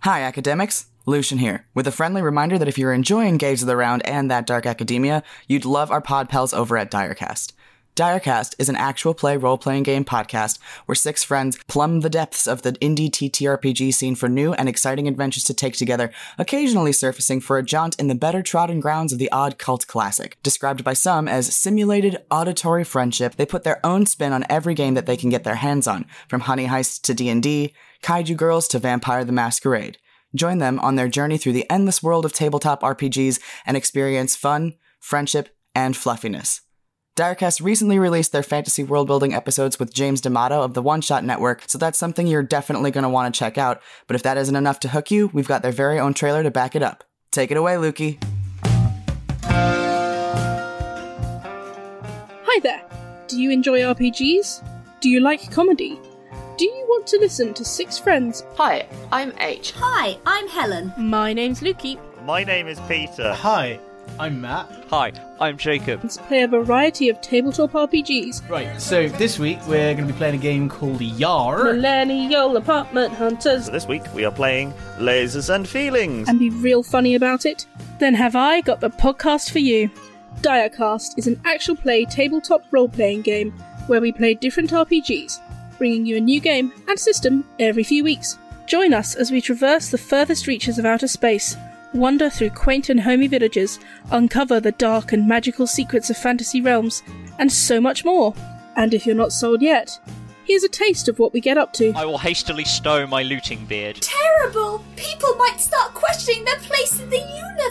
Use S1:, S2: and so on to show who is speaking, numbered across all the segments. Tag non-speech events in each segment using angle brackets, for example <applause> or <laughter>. S1: Hi, academics. Lucian here, with a friendly reminder that if you're enjoying Gaze of the Round and That Dark Academia, you'd love our pod pals over at Direcast. Direcast is an actual play role playing game podcast where six friends plumb the depths of the indie TTRPG scene for new and exciting adventures to take together, occasionally surfacing for a jaunt in the better trodden grounds of the odd cult classic. Described by some as simulated auditory friendship, they put their own spin on every game that they can get their hands on, from Honey Heist to D&D, Kaiju Girls to Vampire the Masquerade. Join them on their journey through the endless world of tabletop RPGs and experience fun, friendship, and fluffiness. Direcast recently released their fantasy world building episodes with James D'Amato of the One Shot Network, so that's something you're definitely going to want to check out. But if that isn't enough to hook you, we've got their very own trailer to back it up. Take it away, Lukey.
S2: Hi there! Do you enjoy RPGs? Do you like comedy? Do you want to listen to six friends?
S3: Hi, I'm H.
S4: Hi, I'm Helen.
S5: My name's Lukey.
S6: My name is Peter.
S7: Hi, I'm Matt.
S8: Hi, I'm Jacob.
S2: Let's play a variety of tabletop RPGs.
S7: Right, so this week we're going to be playing a game called Yar.
S2: Millennial apartment hunters.
S6: So this week we are playing Lasers and Feelings.
S2: And be real funny about it? Then have I got the podcast for you. Diacast is an actual play tabletop role playing game where we play different RPGs, bringing you a new game and system every few weeks. Join us as we traverse the furthest reaches of outer space, wander through quaint and homey villages, uncover the dark and magical secrets of fantasy realms, and so much more. And if you're not sold yet, here's a taste of what we get up to.
S8: I will hastily stow my looting beard.
S4: Terrible! People might start questioning their place in the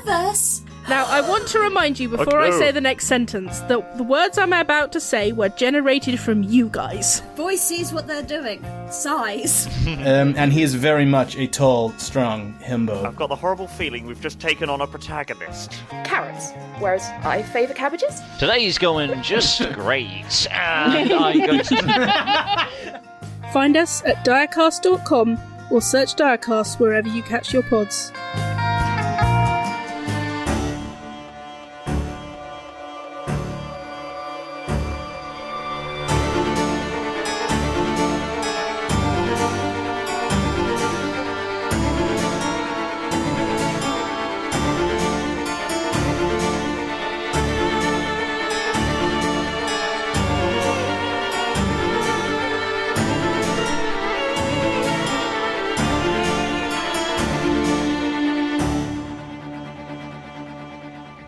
S4: universe.
S2: Now, I want to remind you before I
S6: no.
S2: say the next sentence that the words I'm about to say were generated from you guys.
S4: Boy sees what they're doing.
S9: <laughs>
S4: Size.
S7: Um, and he is very much a tall, strong himbo.
S6: I've got the horrible feeling we've just taken on a protagonist.
S3: Carrots, whereas I favour cabbages.
S8: Today's going just great, and I'm going to.
S2: Find us at diacast.com or search Diacast wherever you catch your pods.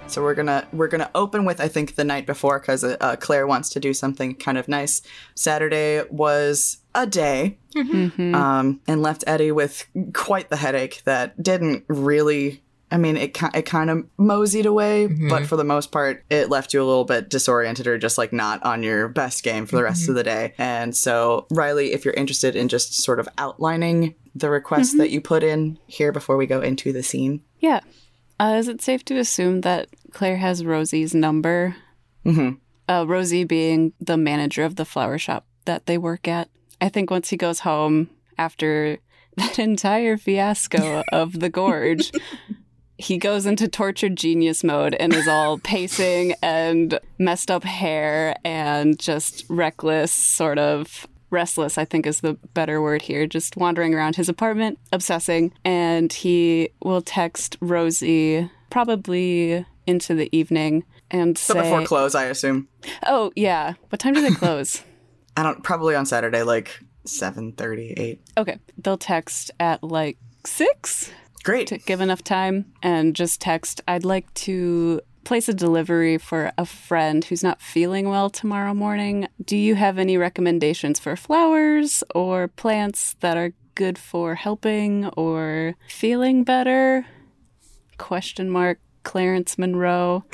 S1: So we're gonna we're gonna open with I think the night before because uh, Claire wants to do something kind of nice. Saturday was a day, um, and left Eddie with quite the headache that didn't really. I mean, it ki- it kind of moseyed away, but for the most part, it left you a little bit disoriented or just like not on your best game for the rest of the day. And so, Riley, if you're interested in just sort of outlining the request that you put in here before we go into the scene.
S10: Yeah. Uh, is it safe to assume that Claire has Rosie's number?
S1: Mhm.
S10: Uh, Rosie being the manager of the flower shop that they work at. I think once he goes home after <laughs> that
S1: <laughs>
S10: entire fiasco of the gorge, he goes into tortured genius mode and
S1: <laughs>
S10: is all pacing and messed up hair and just reckless, sort of restless, I think is the better word here, just wandering around his apartment, obsessing. And he will text Rosie probably into the evening and
S1: So
S10: say,
S1: before close, I assume.
S10: Oh, yeah. What time do they close?
S1: I don't probably on Saturday like 7:30, 8.
S10: okay. They'll text at like six.
S1: Great.
S10: to give enough time and just text I'd like to place a delivery for a friend who's not feeling well tomorrow morning. Do you have any recommendations for flowers or plants that are good for helping or feeling better? Question mark Clarence Monroe.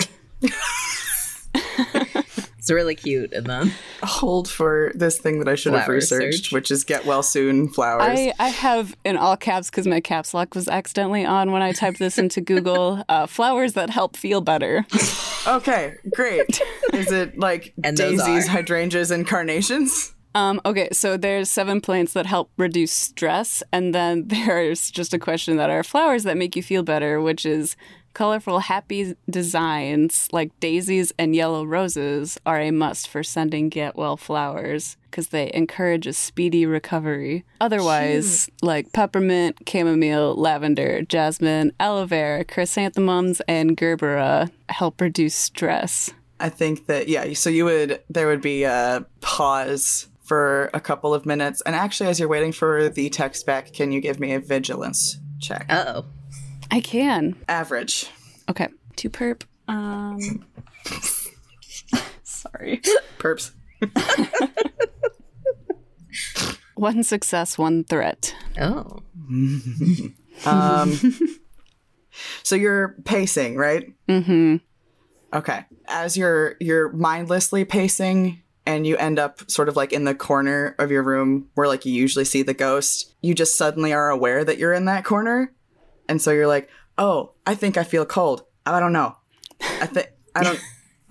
S9: It's really cute. And then
S1: <laughs> Hold for this thing that I should have
S9: Flower
S1: researched,
S9: search.
S1: which is get well soon flowers.
S9: <laughs>
S10: I, I have in all caps because my caps lock was accidentally on when I typed this into Google uh, flowers that help feel better.
S1: Okay, great. is it like
S9: <laughs> And those
S1: daisies,
S9: are.
S1: hydrangeas, and carnations?
S10: Um, okay, so there's seven plants that help reduce <laughs> stress, and then there's just a question that are flowers that make you feel better, which is Colorful, happy designs like daisies and yellow roses are a must for sending get well flowers because they encourage a speedy recovery. Otherwise, like peppermint, chamomile, lavender, jasmine, aloe vera, chrysanthemums, and gerbera help reduce stress.
S1: I think that yeah, so you would there would be a pause for a couple of minutes. And actually as you're waiting for the text back, can you give me a vigilance check?
S9: Uh oh.
S10: I can.
S1: Average.
S10: Okay. Two perp. Um. sorry.
S1: Perps.
S10: One success, one threat.
S9: Oh. <laughs>
S1: Um So you're pacing, right?
S10: Mm-hmm.
S1: Okay. As you're you're mindlessly pacing and you end up sort of like in the corner of your room where like you usually see the ghost, you just suddenly are aware that you're in that corner. And so you're like, "Oh, I think I feel cold. I don't know. I think I don't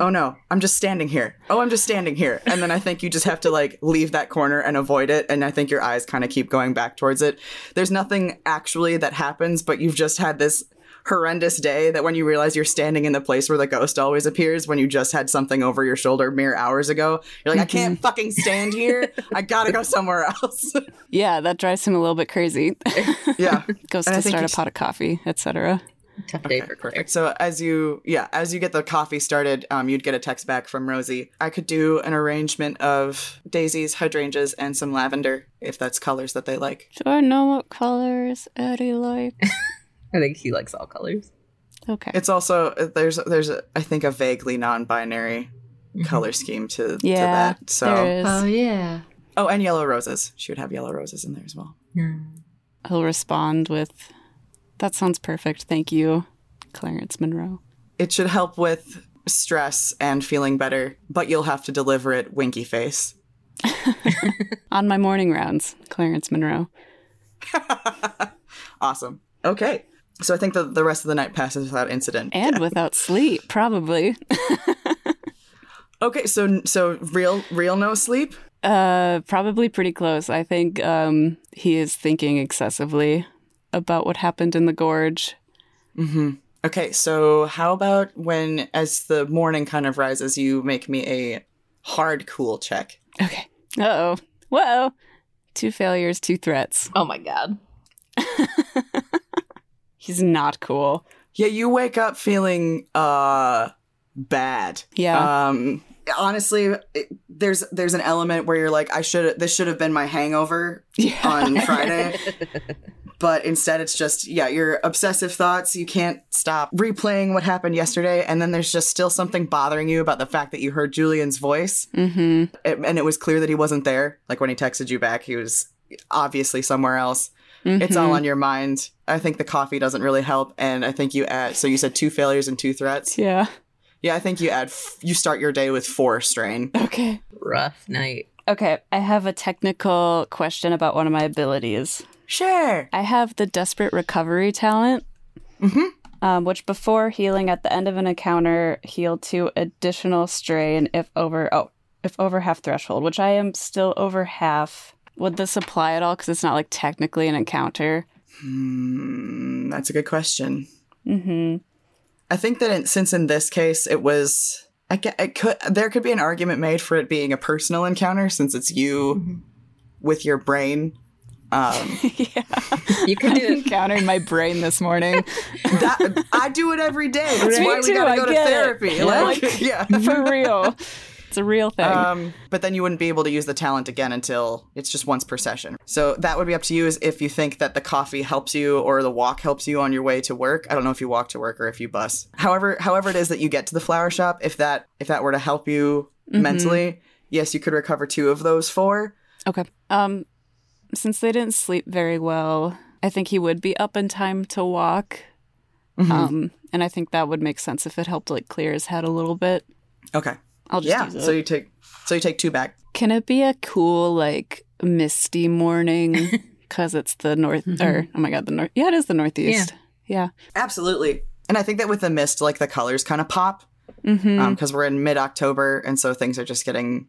S1: Oh no, I'm just standing here. Oh, I'm just standing here. And then I think you just have to like leave that corner and avoid it. And I think your eyes kind of keep going back towards it. There's nothing actually that happens, but you've just had this horrendous day that when you realize you're standing in the place where the ghost always appears when you just had something over your shoulder mere hours ago, you're like, I
S10: Mm-hmm.
S1: can't fucking stand here. I gotta go somewhere else. <laughs>
S10: Yeah, that drives him a little bit crazy. <laughs>
S1: yeah.
S10: Goes
S1: And I
S10: to
S1: think
S10: start a
S1: it's-
S10: pot of coffee, etc.
S9: Tough day for Claire.
S1: Perfect. So as you yeah, as you get the coffee started, um, you'd get a text back from Rosie. I could do an arrangement of daisies, hydrangeas, and some lavender if that's colors that they like.
S10: Do I know what colors Eddie like?
S9: <laughs> I think he likes all colors.
S10: Okay.
S1: It's also there's there's a, I think a vaguely non-binary color scheme to, to
S10: Mm-hmm. yeah,
S1: that. So
S10: there is.
S9: yeah.
S1: oh, and yellow roses. She would have yellow roses in there as well.
S10: He'll respond with, "That sounds perfect. Thank you, Clarence Monroe."
S1: It should help with stress and feeling better, but you'll have to deliver it winky face.
S10: On my morning rounds, Clarence Monroe.
S1: Awesome. Okay. So I think that the rest of the night passes without incident.
S10: And without sleep, probably.
S1: Okay, so so real real no sleep.
S10: Uh, probably pretty close. I think um, he is thinking excessively about what happened in the gorge.
S1: Mm-hmm. Okay, so how about when as the morning kind of rises, you make me a hard cool check.
S10: Okay. Uh oh. Whoa. Two failures, two threats.
S9: Oh my god.
S10: He's not cool. <laughs>
S1: Yeah, you wake up feeling uh bad.
S10: Yeah.
S1: Um honestly, it, there's there's an element where you're like I should this should have been my hangover
S10: Yeah. <laughs>
S1: on Friday. But instead, it's just, yeah, your obsessive thoughts. You can't stop replaying what happened yesterday. And then there's just still something bothering you about the fact that you heard Julian's voice.
S10: mm-hmm.
S1: it, and it was clear that he wasn't there. Like when he texted you back, he was obviously somewhere else.
S10: Mm-hmm.
S1: It's all on your mind. I think the coffee doesn't really help, and I think you add. So you said two failures and two threats.
S10: Yeah.
S1: Yeah, I think you add. F- you start your day with four strain.
S10: Okay.
S9: Rough night.
S10: Okay. I have a technical question about one of my abilities.
S1: Sure.
S10: I have the desperate recovery talent,
S1: Mhm.
S10: um, which before healing at the end of an encounter, heal to additional strain if over oh if over half threshold, which I am still over half. Would this apply at all? Because it's not like technically an encounter.
S1: Hmm, that's a good question.
S10: Mm-hmm. <laughs>
S1: I think that in, since in this case it was, I ca- it could there could be an argument made for it being a personal encounter since it's you
S10: Mm-hmm.
S1: with your brain. Um,
S9: You can do it.
S10: encounter in my brain this morning
S1: that, I do it every day. <laughs>
S10: <laughs>
S1: That's
S10: Me
S1: why we
S10: too,
S1: gotta
S10: I
S1: go to
S10: get it.
S1: therapy.
S10: <laughs> Yeah.
S1: Like, <laughs> yeah.
S10: for real. It's a real thing.
S1: Um, but then you wouldn't be able to use the talent again until it's just once per session. So that would be up to you is if you think that the coffee helps you or the walk helps you on your way to work. I don't know if you walk to work or if you bus. However, however it is that you get to the flower shop, if that if that were to help you
S10: Mm-hmm.
S1: mentally, yes, you could recover two of those four.
S10: Okay. Um, since they didn't sleep very well, I think he would be up in time to walk.
S1: Mm-hmm.
S10: Um, and I think that would make sense if it helped like clear his head a little bit.
S1: Okay.
S10: I'll just
S1: Yeah.
S10: use it.
S1: So you take so you take two back.
S10: Can it be a cool like misty morning?
S1: <laughs>
S10: Because it's the north,
S1: Mm-hmm.
S10: or oh my god, the north. Yeah, it is the northeast. Yeah.
S1: Absolutely. And I think that with the mist, like the colors kind of pop.
S10: Mm-hmm.
S1: because we're in mid October, and so things are just getting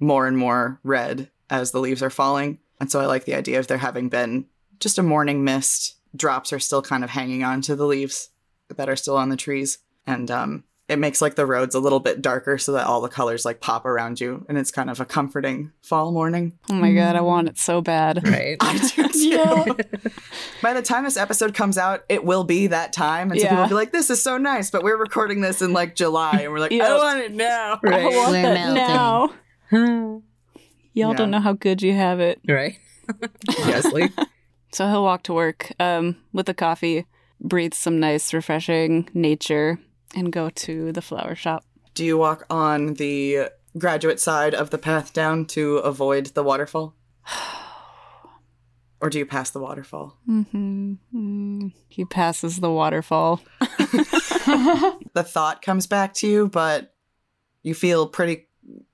S1: more and more red as the leaves are falling. And so I like the idea of there having been just a morning mist. Drops are still kind of hanging on to the leaves. that are still on the trees, and um, it makes like the roads a little bit darker so that all the colors like pop around you, and it's kind of a comforting fall morning.
S10: Oh my god, I
S1: mm-hmm.
S10: want it so bad.
S9: Right.
S1: I do too.
S10: <laughs> Yeah.
S1: By the time this episode comes out, it will be that time, and so people
S10: Yeah.
S1: will be like, "This is so nice," but we're recording this in like July, and we're like, "I
S10: Yeah.
S1: want it
S10: <laughs>
S1: now."
S10: I
S1: <laughs>
S10: want
S9: We're
S10: that
S9: melting.
S10: now. Y'all
S1: Yeah.
S10: don't know how good you have it.
S9: right. <laughs> Honestly.
S10: So he'll walk to work um, with a coffee, breathe some nice, refreshing nature, and go to the flower shop.
S1: Do you walk on the graduate side of the path down to avoid the
S10: <sighs>
S1: waterfall? or do you pass the waterfall?
S10: Mm-hmm. He passes the waterfall.
S1: The thought comes back to you, but you feel pretty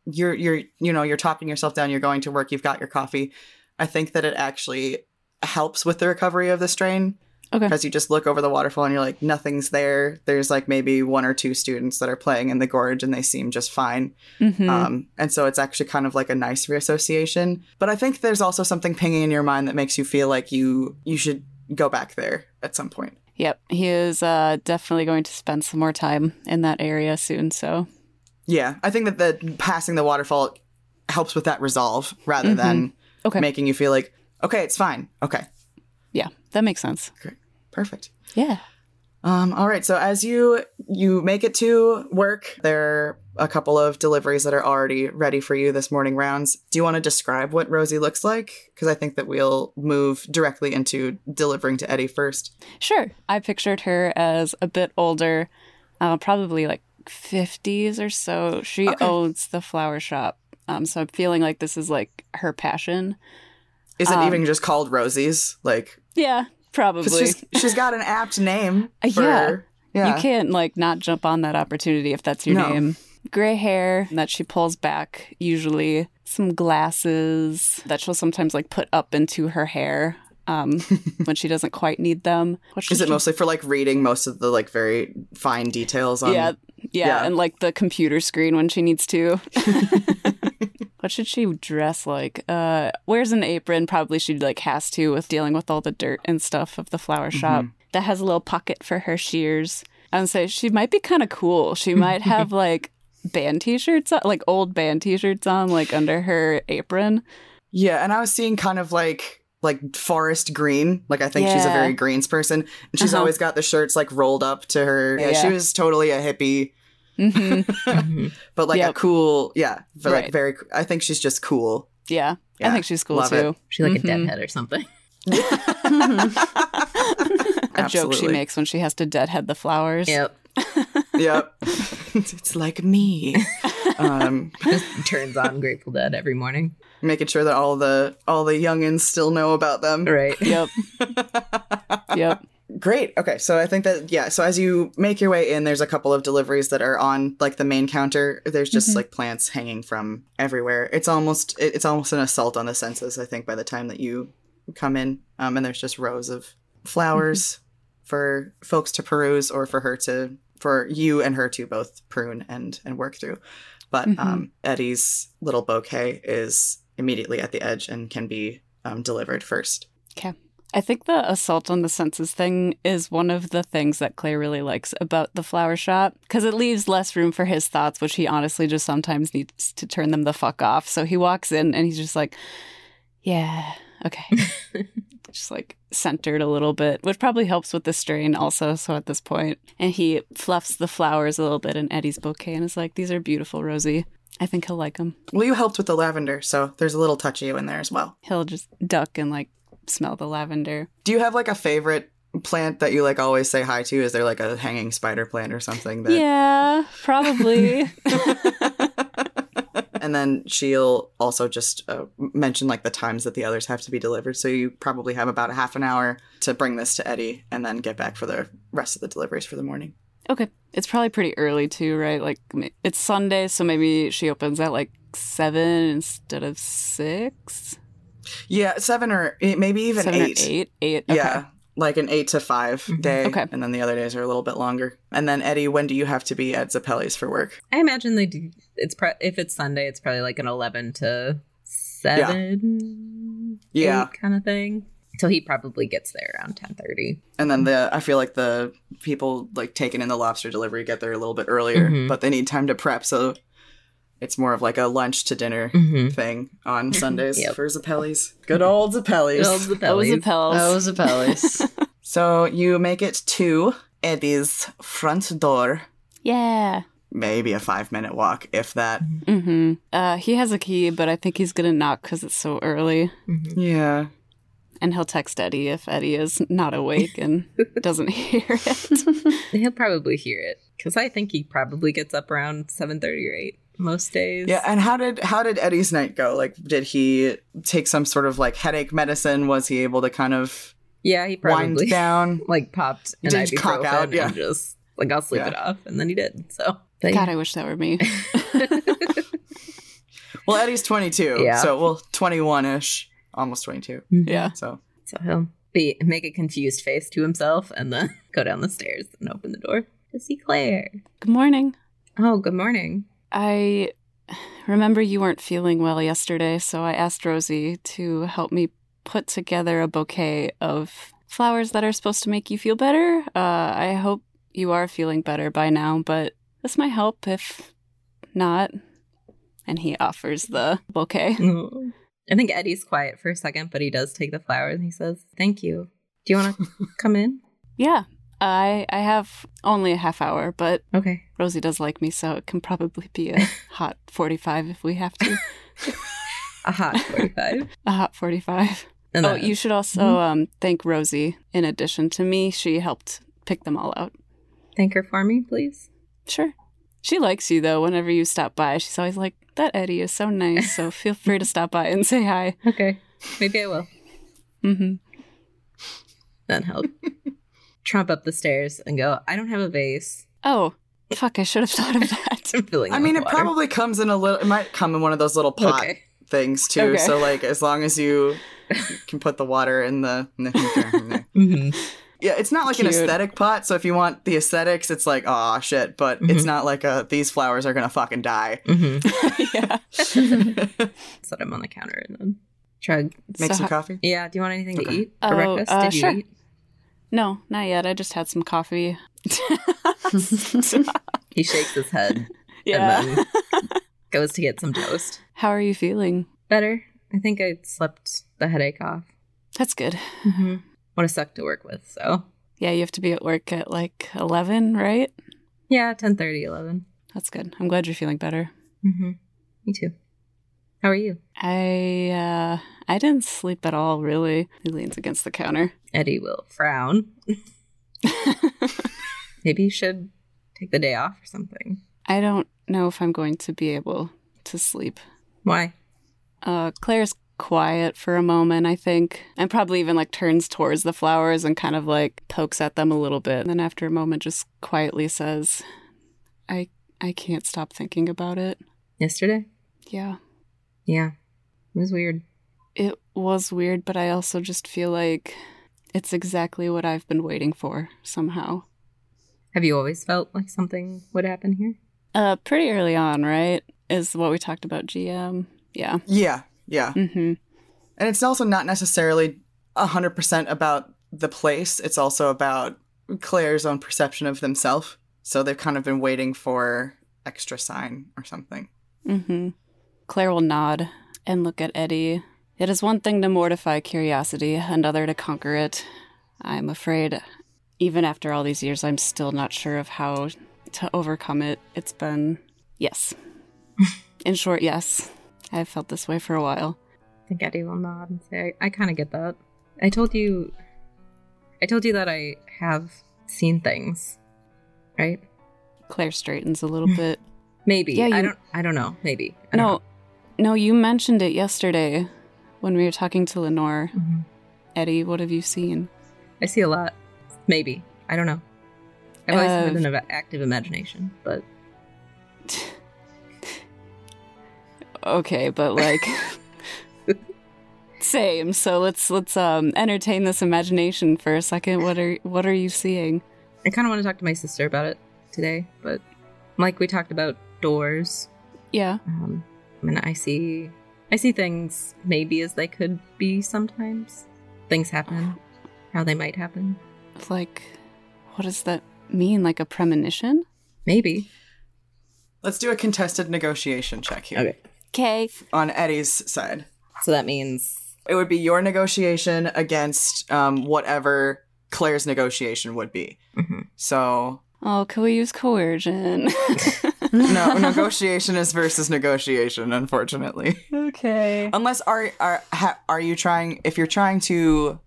S1: you're you're you know, you're talking yourself down, you're going to work, you've got your coffee. I think that it actually helps with the recovery of the strain.
S10: Okay.
S1: Because you just look over the waterfall and you're like, nothing's there. There's like maybe one or two students that are playing in the gorge and they seem just fine.
S10: Mm-hmm.
S1: Um, and so it's actually kind of like a nice reassociation. But I think there's also something pinging in your mind that makes you feel like you you should go back there at some point.
S10: yep, he is uh, definitely going to spend some more time in that area soon. So
S1: Yeah, I think that the passing the waterfall helps with that resolve rather than
S10: Okay.
S1: making you feel like okay, it's fine. Okay,
S10: yeah, that makes sense.
S1: perfect.
S10: Yeah.
S1: Um, all right. So as you you make it to work, there are a couple of deliveries that are already ready for you this morning rounds. Do you want to describe what Rosie looks like? Because I think that we'll move directly into delivering to Eddie first.
S10: Sure. I pictured her as a bit older, uh, probably like 50s or so. She
S1: Okay.
S10: owns the flower shop. Um, so I'm feeling like this is like her passion.
S1: Is it
S10: Um,
S1: even just called Rosie's? Like,
S10: Yeah, probably.
S1: because she's she's got an apt name.
S10: <laughs> Uh,
S1: For,
S10: yeah.
S1: yeah.
S10: You can't like not jump on that opportunity if that's your
S1: No.
S10: name. Gray hair that she pulls back, usually some glasses that she'll sometimes like put up into her hair
S1: <laughs>
S10: um, when she doesn't quite need them. What
S1: Is
S10: should
S1: it mostly for like reading most of the like very fine details on?
S10: yeah,
S1: Um,
S10: yeah,
S1: yeah.
S10: and like the computer screen when she needs to. <laughs> what should she dress like? Uh, wears an apron. Probably she like has to with dealing with all the dirt and stuff of the flower
S1: Mm-hmm.
S10: shop. That has a little pocket for her shears. I would say she might be kind of cool. She
S1: <laughs>
S10: might have like band t-shirts, on, like old band t-shirts on, like under her apron.
S1: Yeah, and I was seeing kind of like like forest green. Like I think she's a
S10: Yeah.
S1: very greens person, and she's
S10: Uh-huh.
S1: always got the shirts like rolled up to her. Yeah, she
S10: Yeah.
S1: was totally a hippie,
S10: hmm
S1: <laughs> but like a
S10: Yep.
S1: cool. Yeah, but like
S10: Right.
S1: very. I think she's just cool.
S10: Yeah,
S1: Yeah,
S10: I think she's cool
S1: love it.
S10: too.
S9: She like
S10: Mhm.
S9: a deadhead or <laughs> something.
S10: <laughs> A joke she
S1: Absolutely.
S10: makes when she has to deadhead the flowers.
S9: Yep.
S10: <laughs>
S1: Yep, <laughs> it's like me. um,
S9: Turns on Grateful Dead every morning.
S1: making sure that all the all the youngins still know about them.
S9: Right.
S1: <laughs>
S10: Yep. yep.
S1: Great. Okay. So I think that, yeah. So as you make your way in, there's a couple of deliveries that are on like the main counter. There's just like plants hanging from everywhere. It's almost, it, it's almost an assault on the senses, I think, by the time that you come in. Um, and there's just rows of flowers for folks to peruse or for her to, for you and her to both prune and, and work through. But
S10: Mhm.
S1: um, Eddie's little bouquet is immediately at the edge and can be um, delivered first.
S10: I think the assault on the senses thing is one of the things that Claire really likes about the flower shop because it leaves less room for his thoughts, which he honestly just sometimes needs to turn them the fuck off. So he walks in and he's just like, yeah, okay. just like centered a little bit, which probably helps with the strain also. So at this point, and he fluffs the flowers a little bit in Eddie's bouquet and is like, these are beautiful, Rosie. I think he'll like them.
S1: Well, you helped with the lavender, so there's a little touch of you in there as well.
S10: He'll just duck and like smell the lavender.
S1: Do you have like a favorite plant that you like always say hi to? Is there like a hanging spider plant or something that
S10: Yeah,
S1: <laughs>
S10: probably. <laughs>
S1: and then she'll also just uh, mention like the times that the others have to be delivered. So you probably have about a half an hour to bring this to Eddie and then get back for the rest of the deliveries for the morning.
S10: Okay. It's probably pretty early too, right? Like m- it's Sunday, so maybe she opens at like seven instead of six.
S1: Yeah, 7 or eight, maybe even
S10: seven
S1: 8.
S10: or eight. Eight. Okay. Mm-hmm.
S1: Yeah. Like an 8 to 5 day
S10: Okay.
S1: and then the other days are a little bit longer. And then Eddie, when do you have to be at Zappelli's for work?
S9: I imagine they do. It's pro- if it's Sunday, it's probably like an eleven to seven,
S1: Yeah.
S9: kind of thing. So he probably gets there around ten thirty.
S1: And then the I feel like the people like taking in the lobster delivery get there a little bit earlier,
S9: Mhm.
S1: but they need time to prep, so it's more of like a lunch to dinner
S9: Mm-hmm.
S1: thing
S9: <laughs>
S1: on Sundays
S9: Yep.
S1: for Zappelli's. Good old Zappelli's.
S10: Elzapels.
S1: <laughs>
S9: <laughs>
S1: So you make it to Eddie's front door.
S10: Yeah.
S1: Maybe a five minute walk, if that.
S10: Mm-hmm. Uh, he has a key, but I think he's gonna knock because it's so early,
S9: Mm-hmm.
S1: Yeah.
S10: and he'll text Eddie if Eddie is not
S1: <laughs>
S10: awake and doesn't hear it.
S9: He'll probably hear it because I think he probably gets up around seven thirty or eight most days.
S1: Yeah, and how did how did Eddie's night go? Like did he take some sort of like headache medicine? Was he able to kind of
S9: yeah, he probably
S1: wind down?
S9: <laughs> like popped an
S1: Did he
S9: ibuprofen
S1: cock out? Yeah.
S9: and just like I'll sleep
S1: Yeah.
S9: it off, and then he did. So But
S10: God, I wish that
S9: <laughs>
S10: were me. <laughs>
S1: Well, Eddie's 22.
S9: Yeah.
S1: So, well, 21 ish, almost 22.
S10: yeah.
S1: So,
S9: So he'll be make a confused face to himself and then <laughs> go down the stairs and open the door to see Claire.
S10: Good morning.
S9: Oh, good morning.
S10: I remember you weren't feeling well yesterday, so I asked Rosie to help me put together a bouquet of flowers that are supposed to make you feel better. Uh, I hope you are feeling better by now, but this might help if not. And he offers the bouquet.
S9: I think Eddie's quiet for a second, but he does take the flowers and he says, "Thank you. Do you want to come in?"
S10: Yeah, I I have only a half hour, but
S9: Okay.
S10: Rosie does like me, so it can probably
S9: <laughs>
S10: be a hot forty-five if we have to.
S9: A hot <laughs> forty-five.
S10: A hot forty-five.
S9: And Mm-hmm.
S10: Oh,
S9: then-
S10: you should also um, thank Rosie. In addition to me, she helped pick them all out.
S9: thank her for me, please.
S10: Sure. She likes you though. Whenever you stop by, she's always like, "That Eddie is so nice." So feel
S9: <laughs>
S10: free to stop by and say hi.
S9: Okay. Maybe I will. Mm-hmm.
S10: hmm
S1: <laughs>
S9: Then he'll tromp up the stairs and go, "I don't have a vase." <laughs>
S10: Oh, fuck! I should have thought of that. <laughs>
S9: I'm filling.
S1: I
S9: with
S1: mean, it
S9: water.
S1: probably comes in a little, it might come in one of those little pot
S9: <laughs> Okay.
S1: things too.
S10: Okay.
S1: So, like, as long as you can put the water in the.
S9: <laughs>
S1: Mm-hmm.
S9: Mhm.
S1: yeah, it's not like an
S10: Cute.
S1: aesthetic pot. So, if you want the aesthetics, it's like, oh shit. But
S9: Mm-hmm.
S1: it's not like a, these flowers are going to fucking
S9: <laughs>
S1: die.
S9: Mhm.
S10: yeah.
S9: Set him on the counter and then chug.
S1: Make
S10: So
S1: some
S10: ho-
S1: coffee.
S9: Yeah. Do you want anything to
S1: Okay.
S9: eat for
S10: Oh,
S9: breakfast?
S10: uh,
S9: Did you
S10: sure.
S9: eat?
S10: No, not yet. I just had some
S9: <laughs>
S10: coffee. <laughs>
S9: He shakes his head
S10: yeah.
S9: and then goes to get some toast.
S10: How are you feeling?
S9: Better. I think I slept the headache off.
S10: That's good.
S9: Mm-hmm. What a suck to work with. So
S10: Yeah, you have to be at work at like eleven, right?
S9: yeah, 10, 11.
S10: That's good. I'm glad you're feeling better.
S9: Mm-hmm. Me too. How are you?
S10: I uh I didn't sleep at all really. He leans against the counter.
S9: Eddie will
S10: <laughs>
S9: frown. Maybe you should take the day off or something.
S10: I don't know if I'm going to be able to sleep.
S9: Why?
S10: Uh Claire's quiet for a moment, I think. And probably even like turns towards the flowers and kind of like pokes at them a little bit. And then after a moment just quietly says, I I can't stop thinking about it.
S9: Yesterday?
S10: Yeah.
S9: Yeah. It was weird.
S10: It was weird, but I also just feel like it's exactly what I've been waiting for somehow.
S9: Have you always felt like something would happen here?
S10: Uh, pretty early on, right? Is what we talked about GM. Yeah.
S1: Yeah. Yeah.
S10: Mm-hmm.
S1: And it's also not necessarily 100% about the place, it's also about Claire's own perception of themselves. So they've kind of been waiting for extra sign or something.
S10: Mm-hmm. Claire will nod and look at Eddie. It is one thing to mortify curiosity, another to conquer it. I'm afraid, even after all these years, I'm still not sure of how to overcome it. It's been. Yes.
S9: <laughs>
S10: In short, yes. I've felt this way for a while.
S9: I think Eddie will nod and say, I, I kind of get that. I told you, I told you that I have seen things, right?
S10: Claire straightens
S9: <laughs>
S10: a little bit.
S9: Maybe.
S10: Yeah,
S9: I
S10: you-
S9: don't, I don't know. Maybe. I don't
S10: No, no, you mentioned it yesterday when we were talking to Lenore.
S9: know. Mhm.
S10: Eddie, what have you seen?
S9: I see a lot. Maybe. I don't know. I've always
S10: Uh,
S9: had an av- active imagination, but
S10: <laughs> Okay, but
S9: <laughs>
S10: like same. So let's let's um entertain this imagination for a second. What are what are you seeing?
S9: I kind of want to talk to my sister about it today. But like we talked about doors,
S10: Yeah.
S9: um, and I see, I see things maybe as they could be sometimes. things happen, how they might happen.
S10: Like, what does that mean? Like a premonition?
S9: Maybe.
S1: Let's do a contested negotiation check here
S10: Okay.
S1: on Eddie's side.
S9: So that means
S1: It would be your negotiation against um, whatever Claire's negotiation would be.
S9: Mhm.
S1: So
S10: Oh, can we use coercion? <laughs>
S1: no, negotiation is versus negotiation, unfortunately.
S10: okay.
S1: Unless are are ha, are you trying? If you're trying to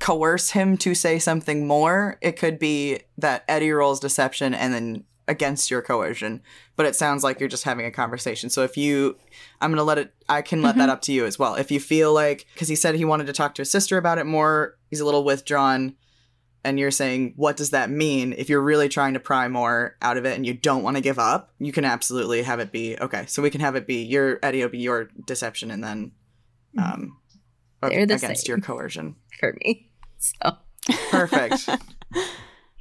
S1: coerce him to say something more, it could be that Eddie rolls deception and then against your coercion. But it sounds like you're just having a conversation. So if you, I'm gonna let it. I can let
S9: Mm-hmm.
S1: that up to you as well. If you feel like, because he said he wanted to talk to his sister about it more, he's a little withdrawn. And you're saying, what does that mean? If you're really trying to pry more out of it and you don't want to give up, you can absolutely have it be okay. So we can have it be your Eddie will be your deception, and then um,
S9: Mm-hmm. They're the
S1: against
S9: same.
S1: your coercion.
S9: for me. <laughs> So
S1: Perfect.
S10: We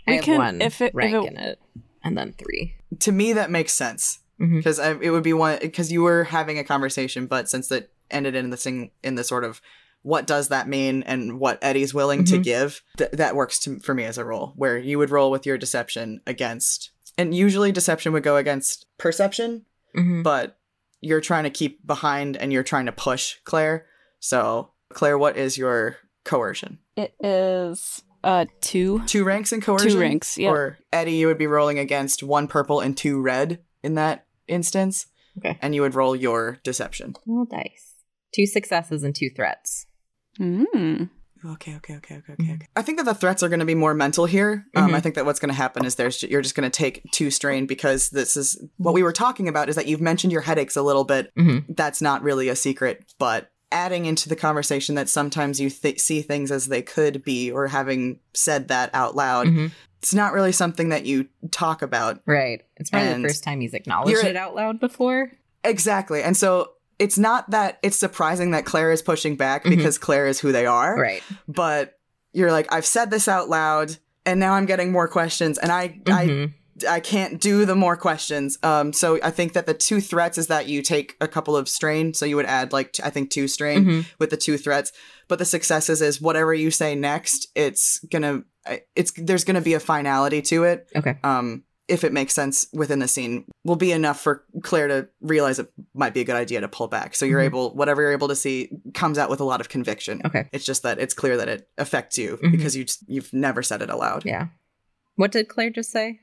S9: I have
S10: can-
S9: one
S10: if it- if
S9: rank
S10: it-
S9: in it, and then three.
S1: to me, that makes sense
S9: Mhm.
S1: because it would be one because you were having a conversation, but since that ended in the thing in the sort of what does that mean and what Eddie's willing to
S9: Mhm.
S1: give, th- that works to, for me as a role where you would roll with your deception against, and usually deception would go against perception,
S9: Mhm.
S1: but you're trying to keep behind and you're trying to push Claire. So, Claire, what is your coercion?
S10: It is uh two.
S1: Two ranks in coercion.
S10: ranks, yeah.
S1: Or Eddie, you would be rolling against one purple and two red in that instance.
S9: Okay.
S1: And you would roll your deception.
S9: Roll dice. Two successes and two threats.
S10: Mm.
S1: Okay, okay, okay, okay, okay. okay. I think that the threats are going to be more mental here. Um,
S9: Mhm.
S1: I think that what's going to happen is there's you're just going to take two strain because this is what we were talking about is that you've mentioned your headaches a little bit.
S9: Mhm.
S1: That's not really a secret, but adding into the conversation that sometimes you th- see things as they could be or having said that out loud,
S5: Mm-hmm.
S9: Mhm.
S1: it's not really something that you talk about
S9: Right. It's probably
S1: And
S9: the first time he's acknowledged
S1: you're-
S9: it out loud before.
S1: Exactly. And so it's not that it's surprising that Claire is pushing back
S9: Mhm.
S1: because Claire is who they are,
S9: Right.
S1: but you're like I've said this out loud and now I'm getting more questions and I
S9: Mhm.
S1: I I can't do the more questions. Um so I think that the two threats is that you take a couple of strain, so you would add like t- I think two strain
S9: Mhm.
S1: with the two threats, but the successes is whatever you say next, it's going to it's there's going to be a finality to it
S9: Okay.
S1: um, if it makes sense within the scene, will be enough for Claire to realize it might be a good idea to pull back. So you're
S9: Mhm.
S1: able, whatever you're able to see, comes out with a lot of conviction.
S9: Okay.
S1: It's just that it's clear that it affects you
S10: Mm-hmm.
S9: Mhm.
S1: because you just, you've never said it aloud.
S9: Yeah. What did Claire just say?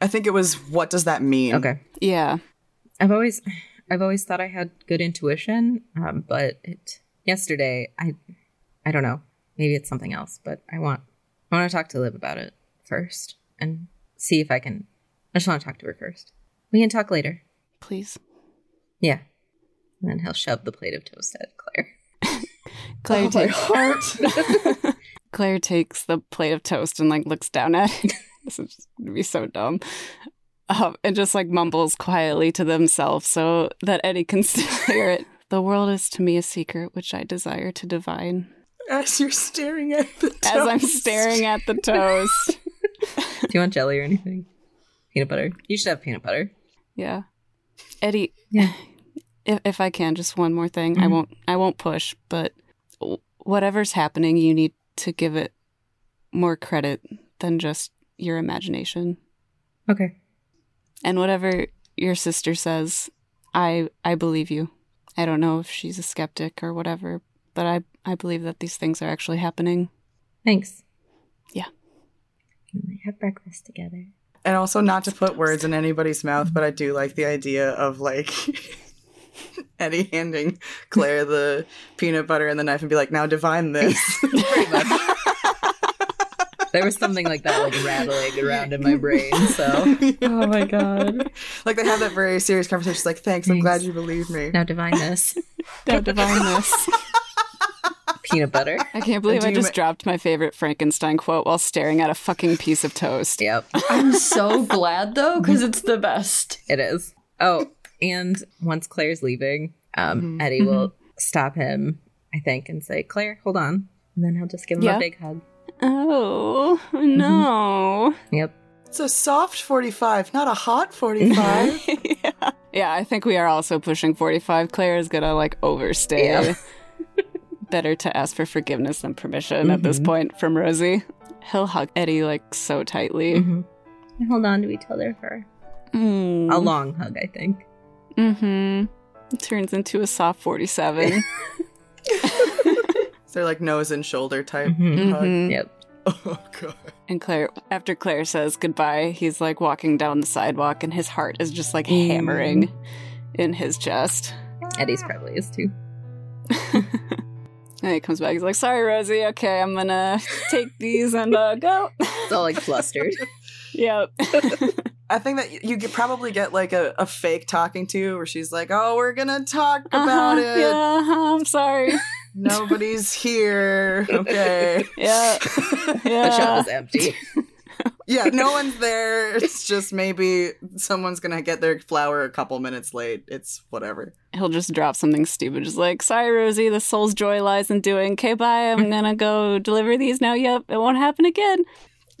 S1: I think it was, what does that mean?
S9: Okay.
S10: Yeah.
S9: I've always I've always thought I had good intuition, um, but it yesterday I I don't know. Maybe it's something else, but I want I want to talk to Liv about it first and see if I can I just want to talk to her first. We can talk later.
S10: Please.
S9: Yeah. And then he'll shove the plate of toast at Claire.
S10: Claire takes <laughs> Claire takes the plate of toast and like looks down at it. <laughs> this is just gonna be so dumb. Um, and just like mumbles quietly to themselves so that Eddie can <laughs> still hear it. The world is to me a secret which I desire to divine.
S1: As you're staring at the
S10: <laughs> As I'm staring at the toast.
S9: Do you want jelly or anything? Peanut butter. You should have peanut butter.
S10: <laughs> yeah. Eddie,
S9: Yeah. Mm-hmm.
S10: if, if I can, just one more thing. I won't I won't push, but w- whatever's happening, you need to give it more credit than just your imagination.
S9: Okay.
S10: And whatever your sister says, I I believe you. I don't know if she's a skeptic or whatever, but I I believe that these things are actually happening.
S9: Thanks.
S10: Yeah.
S9: And they have breakfast together.
S1: And also, not to put words in anybody's mouth, but I do like the idea of like <laughs> Eddie handing Claire the peanut butter and the knife and be like, now divine
S10: <laughs>
S1: this. <laughs>
S9: There was something like that,
S10: <laughs>
S9: like rattling around in my brain. So
S1: oh my god. Like they have that very serious conversation. She's like, thanks, I'm
S9: Thanks.
S1: glad you believe me.
S9: <laughs> now divine
S5: <laughs>
S9: this
S10: Now divine this.
S9: peanut butter.
S10: I can't believe
S1: Do
S10: I
S1: you
S10: just
S1: ma-
S10: dropped my favorite Frankenstein quote while staring at a fucking piece
S9: <laughs>
S10: of toast.
S9: Yep,
S5: I'm so glad though, because it's the best.
S9: it is. Oh, and once Claire's leaving, um,
S5: Mm-hmm.
S9: Eddie will stop him, I think, and say, "Claire, hold on," and then he'll just give him
S10: Yeah.
S9: a big hug.
S10: Oh no.
S9: Yep.
S1: It's a soft 45, not a hot
S10: <laughs>
S1: 45.
S10: Mm-hmm. yeah. yeah, I think we are also pushing forty five. Claire is gonna like overstay.
S9: Yeah.
S10: <laughs> better to ask for forgiveness than permission at this point from Rosie. He'll hug Eddie like so tightly.
S9: Mhm. They hold on to each other for a long hug, I think.
S10: Mm. Mm-hmm. Turns into a soft 47.
S1: They're like nose and shoulder type.
S9: Mhm.
S10: Mhm.
S1: <laughs>
S9: Yep.
S1: Oh god.
S10: And Claire, after Claire says goodbye, he's like walking down the sidewalk and his heart is just like
S9: Mm.
S10: hammering in his chest. <laughs>
S9: Eddie's probably is too.
S10: And he comes back, he's like, Sorry, Rosie, okay, I'm gonna take these and uh, go.
S9: It's all like flustered.
S10: <laughs>
S9: <laughs>
S10: Yep.
S1: I think that y- you could probably get like a, a fake talking to where she's like, "Oh, we're gonna talk about
S10: Uh-huh,
S1: it.
S10: Yeah, uh-huh, I'm sorry.
S1: Nobody's
S10: <laughs>
S1: here. Okay.
S9: <laughs>
S10: Yeah.
S9: the shop
S10: Yeah.
S9: is empty.
S1: Yeah, no one's there. It's just maybe someone's gonna get their flower a couple minutes late. It's whatever.
S10: He'll just drop something stupid, just like, Sorry, Rosie, the soul's joy lies in doing. Okay,
S9: <laughs>
S10: bye, I'm gonna go deliver these now. Yep, it won't happen again.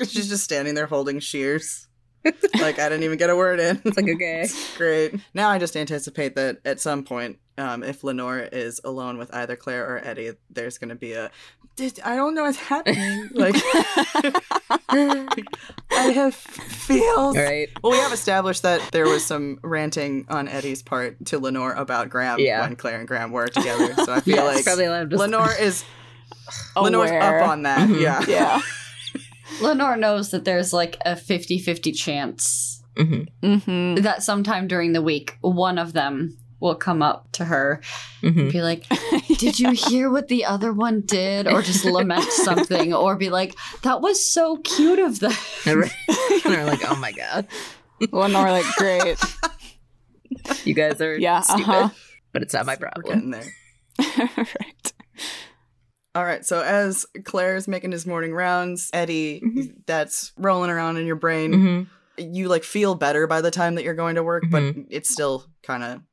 S1: <laughs> She's just standing there holding
S9: <laughs>
S1: shears. like I didn't even get a word in.
S9: It's like okay.
S1: <laughs> Great. Now I just anticipate that at some point, um, if Lenore is alone with either Claire or Eddie, there's going to be a, "Did- I don't know what's happening.
S9: <laughs>
S1: Like, I have feels.
S9: All right.
S1: Well, we have established that there was some ranting on Eddie's part to Lenore about Graham
S9: Yeah.
S1: when Claire and Graham were together. So
S9: <laughs>
S1: I feel
S9: Yeah,
S1: like
S9: it's probably allowed to
S1: Lenore is Lenore's
S10: Aware.
S1: up on that.
S9: Mhm.
S1: Yeah.
S10: Yeah.
S5: Lenore knows that there's like a 50 50 chance
S9: Mhm.
S10: Mm-hmm.
S5: that sometime during the week, one of them will come up to her and
S9: Mhm.
S5: be <laughs> like, Did you hear what the other one did? Or just lament <laughs> something, or be like, That was so cute of <laughs> them.
S9: All right. and they're like, oh my god,
S5: <laughs>
S10: Lenore, like, great.
S9: you guys are
S10: Yeah,
S9: stupid,
S10: uh-huh.
S9: but it's
S5: <laughs>
S9: not my
S1: We're
S9: problem.
S1: getting there.
S10: <laughs> right.
S1: All right, so as Claire's making his morning rounds, Eddie,
S9: Mm-hmm.
S1: that's rolling around in your brain.
S9: Mhm.
S1: You like feel better by the time that you're going to work, but it's still kind of
S9: Mm-hmm.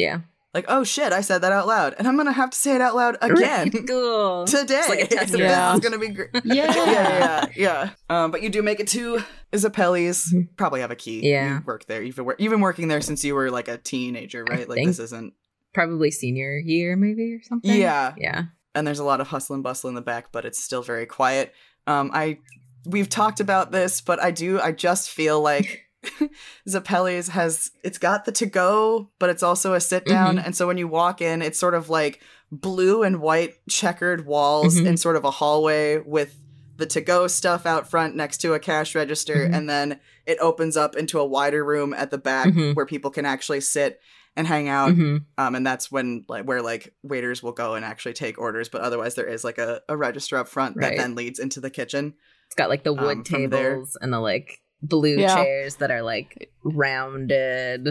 S9: Yeah.
S1: like, oh shit, I said that out loud, and I'm gonna have to say it out
S9: <laughs>
S1: loud again
S9: Cool.
S1: today.
S9: It's like a text
S10: Yeah.
S1: <laughs> This is gonna be
S9: <laughs>
S1: great.
S5: Yeah.
S1: yeah, yeah, yeah. Um, but you do make it to Isapelli's. Probably have a key.
S9: Mm-hmm. Yeah.
S1: you work there. You've been, wor- you've been working there since you were like a teenager,
S9: I
S1: right? Like
S9: think.
S1: this isn't.
S9: Probably senior year, maybe or something.
S1: Yeah.
S9: Yeah.
S1: and there's a lot of hustle and bustle in the back, but it's still very quiet. Um, I we've talked about this, but I do I just feel like <laughs> Zappelli's has it's got the to go, but it's also a sit down, and so when you walk in, it's sort of like blue and white checkered walls
S9: Mhm.
S1: and sort of a hallway with the to go stuff out front next to a cash register
S9: Mhm.
S1: and then it opens up into a wider room at the back
S9: Mhm.
S1: where people can actually sit and hang
S5: Oh.
S1: out
S9: Mhm.
S1: um, and that's when like where like waiters will go and actually take orders, but otherwise there is like a, a register up front that
S9: Right.
S1: then leads into the kitchen.
S9: It's got like the wood
S1: Um, from there.
S9: tables and the like blue
S10: Yeah.
S9: chairs that are like rounded.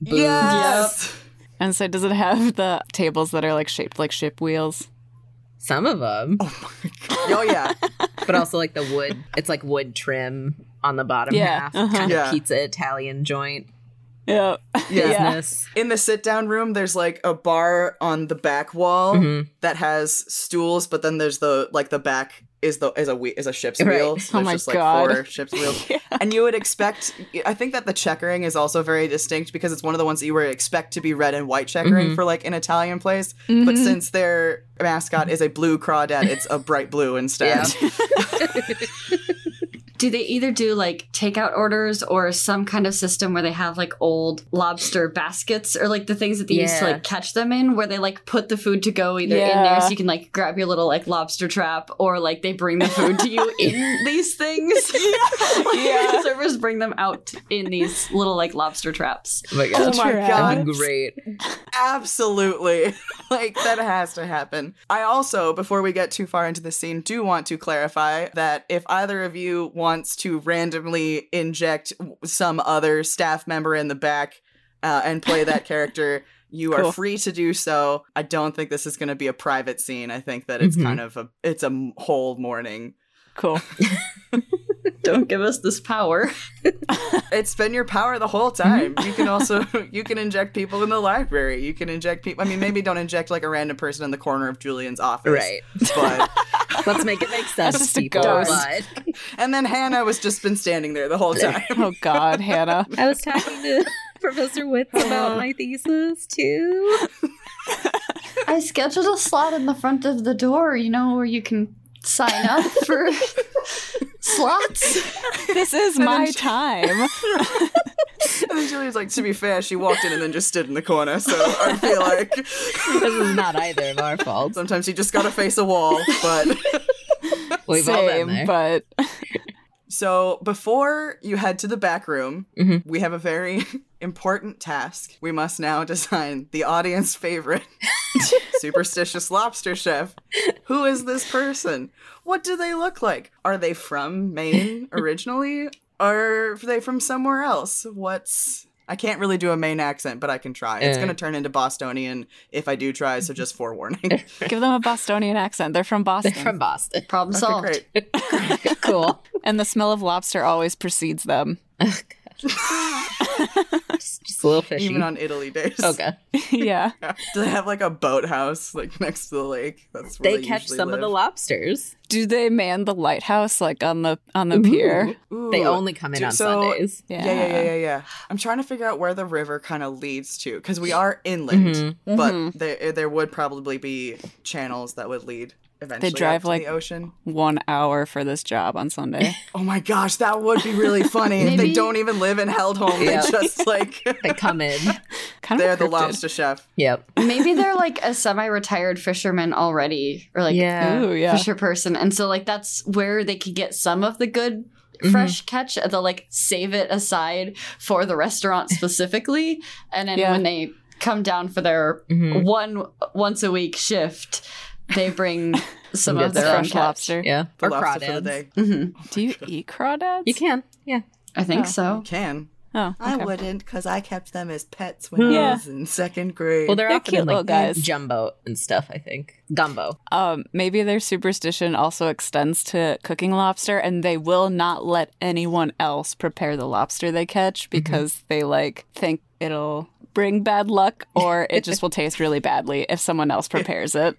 S9: Booths.
S10: And so, does it have the tables that are like shaped like ship wheels?
S9: Some of them,
S1: Oh yeah.
S9: but also like the wood. It's like wood trim on the bottom
S10: Yeah,
S9: half,
S10: uh-huh.
S9: kind of
S1: Yeah.
S9: pizza Italian joint <laughs>
S10: Yeah.
S1: Yeah.
S9: business.
S1: In the sit down room, there's like a bar on the back wall
S10: Mm-hmm.
S9: Mhm.
S1: that has stools, but then there's the like the back is the is a whe- is a ship's
S9: Right.
S1: wheel. So
S10: Oh
S1: there's
S10: my
S1: just
S10: God.
S1: like four
S10: <laughs>
S1: ship's wheels. And you would expect I think that the checkering is also very distinct because it's one of the ones that you would expect to be red and white checkering
S10: Mm-hmm.
S9: Mhm.
S1: for like an Italian place. But since their mascot is a blue crawdad, it's a bright blue instead.
S5: Do they either do like takeout orders or some kind of system where they have like old lobster baskets or like the things that they used to
S9: Yeah.
S5: like catch them in where they like put the food to go either in
S10: Yeah.
S5: there so you can like grab your little like lobster trap or like they bring the food to
S9: <laughs>
S5: you in these things. <laughs> like,
S10: <laughs> Yeah.
S5: Servers bring them out in these little like lobster traps.
S9: Oh my god,
S10: Oh my
S9: that'd
S10: God.
S9: be great.
S1: Absolutely. <laughs> like, that has to happen. I also, before we get too far into the scene, do want to clarify that if either of you wants to randomly inject w- some other staff member in the back uh, and play that
S9: <laughs>
S1: character, you are
S10: Cool.
S1: free to do so. I don't think this is going to be a private scene. I think that it's
S9: Mhm.
S1: kind of a it's a m- whole morning.
S10: Cool.
S5: Don't give us this power.
S1: It's been your power the whole time. You can also <laughs> you can inject people in the library. You can inject people. I mean, maybe don't inject like a random person in the corner of Julian's office.
S2: <laughs>
S9: Right.
S1: But
S9: Let's make it make sense,
S10: just a
S9: people.
S10: ghost.
S9: but-
S1: And then Hannah was just been standing there the whole time.
S10: Oh
S5: <laughs>
S10: God, Hannah.
S9: I was <laughs> talking to Professor Witz about my thesis too.
S5: I scheduled a slot in the front of the door, you know, where you can sign <laughs> up for slots.
S10: This is my
S5: <laughs>
S10: time.
S1: And then Julia's like, to be fair, she walked in and then just stood in the corner. So I feel like
S9: this is not either of our faults.
S1: sometimes you just gotta face a wall. But
S9: We've all been there.
S10: Same, but
S1: so before you head to the back room,
S9: Mhm.
S1: we have a very <laughs> important task. We must now design the audience favorite
S9: <laughs>
S1: superstitious lobster chef. Who is this person? What do they look like? Are they from
S9: <laughs>
S1: Maine originally? Are they from somewhere else? What's I can't really do a Maine accent, but I can try. It's
S9: Uh.
S1: going to turn into Bostonian if I do try, so
S9: <laughs>
S1: just forewarning.
S10: give them a Bostonian accent. They're from Boston.
S9: They're from Boston.
S5: Problem solved.
S1: Great.
S9: cool.
S10: and the smell of lobster always precedes them. <laughs>
S9: Just, just a little fishy.
S1: Even on Italy days.
S9: okay.
S10: yeah.
S1: <laughs> Do they have like a boathouse like next to the lake? That's where
S9: They
S1: they,
S9: catch
S1: usually
S9: some of the
S1: live.
S9: lobsters.
S10: Do they man the lighthouse like on the on the pier?
S1: Ooh.
S9: They only come in
S1: Dude,
S9: on
S1: so-
S9: Sundays.
S1: Yeah. yeah, yeah, yeah, yeah, I'm trying to figure out where the river kind of leads to because we are inland,
S9: Mm-hmm.
S1: but there eh, there would probably be channels that would lead eventually out
S10: drive,
S1: to
S10: like-
S1: the ocean.
S10: One hour for this job on Sunday.
S1: Oh my gosh, that would be really funny. if They
S5: Maybe-
S1: don't even live in Heldholm. They <laughs> just
S9: <laughs>
S1: like
S9: They come in.
S10: Kind
S1: they're
S10: of
S1: the
S10: cryptid.
S1: lobster chef.
S9: yep.
S5: Maybe they're like a semi-retired fisherman already, or like
S9: Yeah.
S10: Ooh, yeah.
S5: fisher person, and so like that's where they could get some of the good
S10: Mm-hmm.
S5: fresh catch. and They'll like save it aside for the restaurant specifically, <laughs> and then
S10: Yeah.
S5: when they come down for their
S9: Mhm.
S5: one once a week shift, they
S9: <laughs>
S5: bring some of
S9: Gets
S5: their own
S10: Fresh
S5: catch.
S10: lobster.
S9: Yeah.
S1: The
S9: Or
S1: lobster for the
S9: crawdads.
S1: day.
S5: Mhm.
S10: Do you eat crawdads?
S9: You can. Yeah.
S5: I think
S10: Oh.
S5: so.
S1: Can.
S10: Oh, okay.
S1: I wouldn't because I kept them as pets when I
S10: Yeah.
S1: was in second grade.
S9: Hmm. Well, they're,
S10: They're
S9: often
S10: cute
S9: in, like
S10: little guys.
S9: jumbo and stuff. I think gumbo.
S10: Um, maybe their superstition also extends to cooking lobster, and they will not let anyone else prepare the lobster they
S9: Mm-hmm.
S10: catch because they like think it'll bring bad luck or it just will taste really badly if someone else prepares it.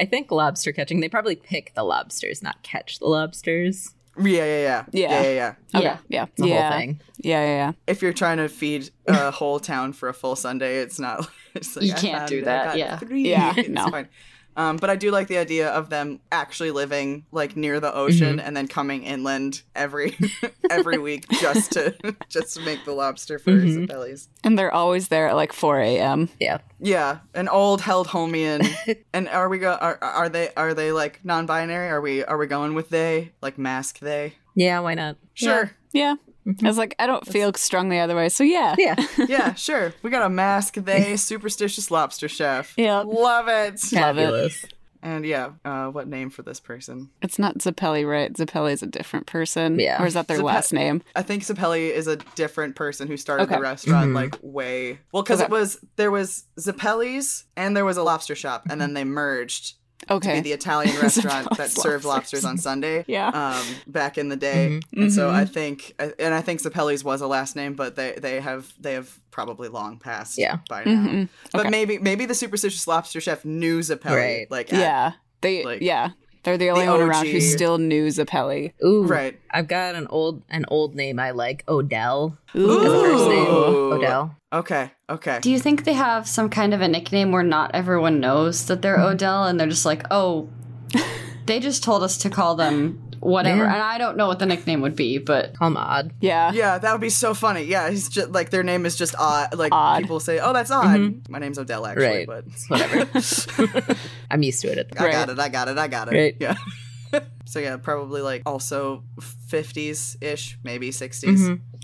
S9: I think lobster catching. They probably pick the lobsters, not catch the lobsters.
S1: Yeah, yeah, yeah.
S10: Yeah.
S1: Yeah, yeah, yeah.
S5: Yeah.
S10: Yeah,
S9: The
S10: yeah,
S9: whole thing.
S10: yeah, yeah, yeah.
S1: If you're trying to feed
S5: <laughs>
S1: a whole town for a full Sunday, it's not. <laughs> It's like,
S5: You
S1: I
S5: can't
S1: found
S5: do
S1: it, I
S5: that,
S1: got
S5: yeah.
S1: three.
S10: Yeah,
S1: <laughs> It's
S10: no.
S1: fine. Um, but I do like the idea of them actually living like near
S5: Mm-hmm.
S1: the ocean and then coming inland every <laughs> every week just to <laughs> just to make the lobster furs
S5: Mm-hmm.
S1: and bellies.
S10: And they're always there at like 4 a.m.
S9: Yeah.
S1: Yeah, an old held homian.
S5: <laughs>
S1: and are we go? Are, are they are they like non-binary? Are we are we going with they like mask they?
S9: Yeah. Why not?
S1: Sure.
S10: Yeah.
S9: Mm-hmm.
S10: I was like, I don't feel strongly either way. So yeah.
S9: Yeah.
S1: yeah, sure. We got a mask they superstitious lobster chef.
S10: Yeah.
S1: Love it.
S10: Love it.
S9: Fabulous.
S1: And yeah, uh, what name for this person?
S10: It's not Zappelli, right? Zappelli is a different person.
S9: Yeah.
S10: Or is that their
S1: Zappe-
S10: last name?
S1: I think Zappelli is a different person who started the
S10: Okay.
S1: restaurant like way well because it was there was Zappelli's and there was a lobster shop and then they merged to
S10: Okay.
S1: be the
S10: <laughs>
S1: Italian restaurant that served lobsters on Sunday.
S9: <laughs>
S10: Yeah.
S1: um, back in the day.
S9: Mm-hmm.
S1: And so I think and I think Zappelli's was a last name, but they they have they have probably long passed.
S9: Yeah. Mm-hmm.
S1: by now. But maybe maybe the superstitious lobster chef knew Zappelli
S9: Right.
S1: like at-
S10: yeah. They
S1: like,
S10: yeah. They're the only one around who
S1: OG.
S10: still knew Zappelli.
S9: Ooh.
S1: right.
S9: I've got an old an old name I like Odell.
S1: Ooh.
S9: His first name
S1: Ooh.
S9: Odell.
S1: Okay, okay.
S5: Do you think they have some kind of a nickname where not everyone knows that they're Odell and they're just like, oh, they just told us to call them whatever?
S9: Yeah.
S5: And I don't know what the nickname would be, but
S9: Call him Odd.
S10: Yeah.
S1: Yeah, that would be so funny. Yeah, he's just like their name is just odd. Like
S10: Odd.
S1: people say, "Oh, that's odd." My name's Odell, actually,
S9: Mm-hmm. Right.
S1: but
S9: It's whatever. I'm used to it at
S1: <laughs>
S9: the
S1: I
S9: moment.
S1: got it. I got it. I got it.
S9: Right.
S1: Yeah. <laughs> so yeah, probably like also fifties ish, maybe 60s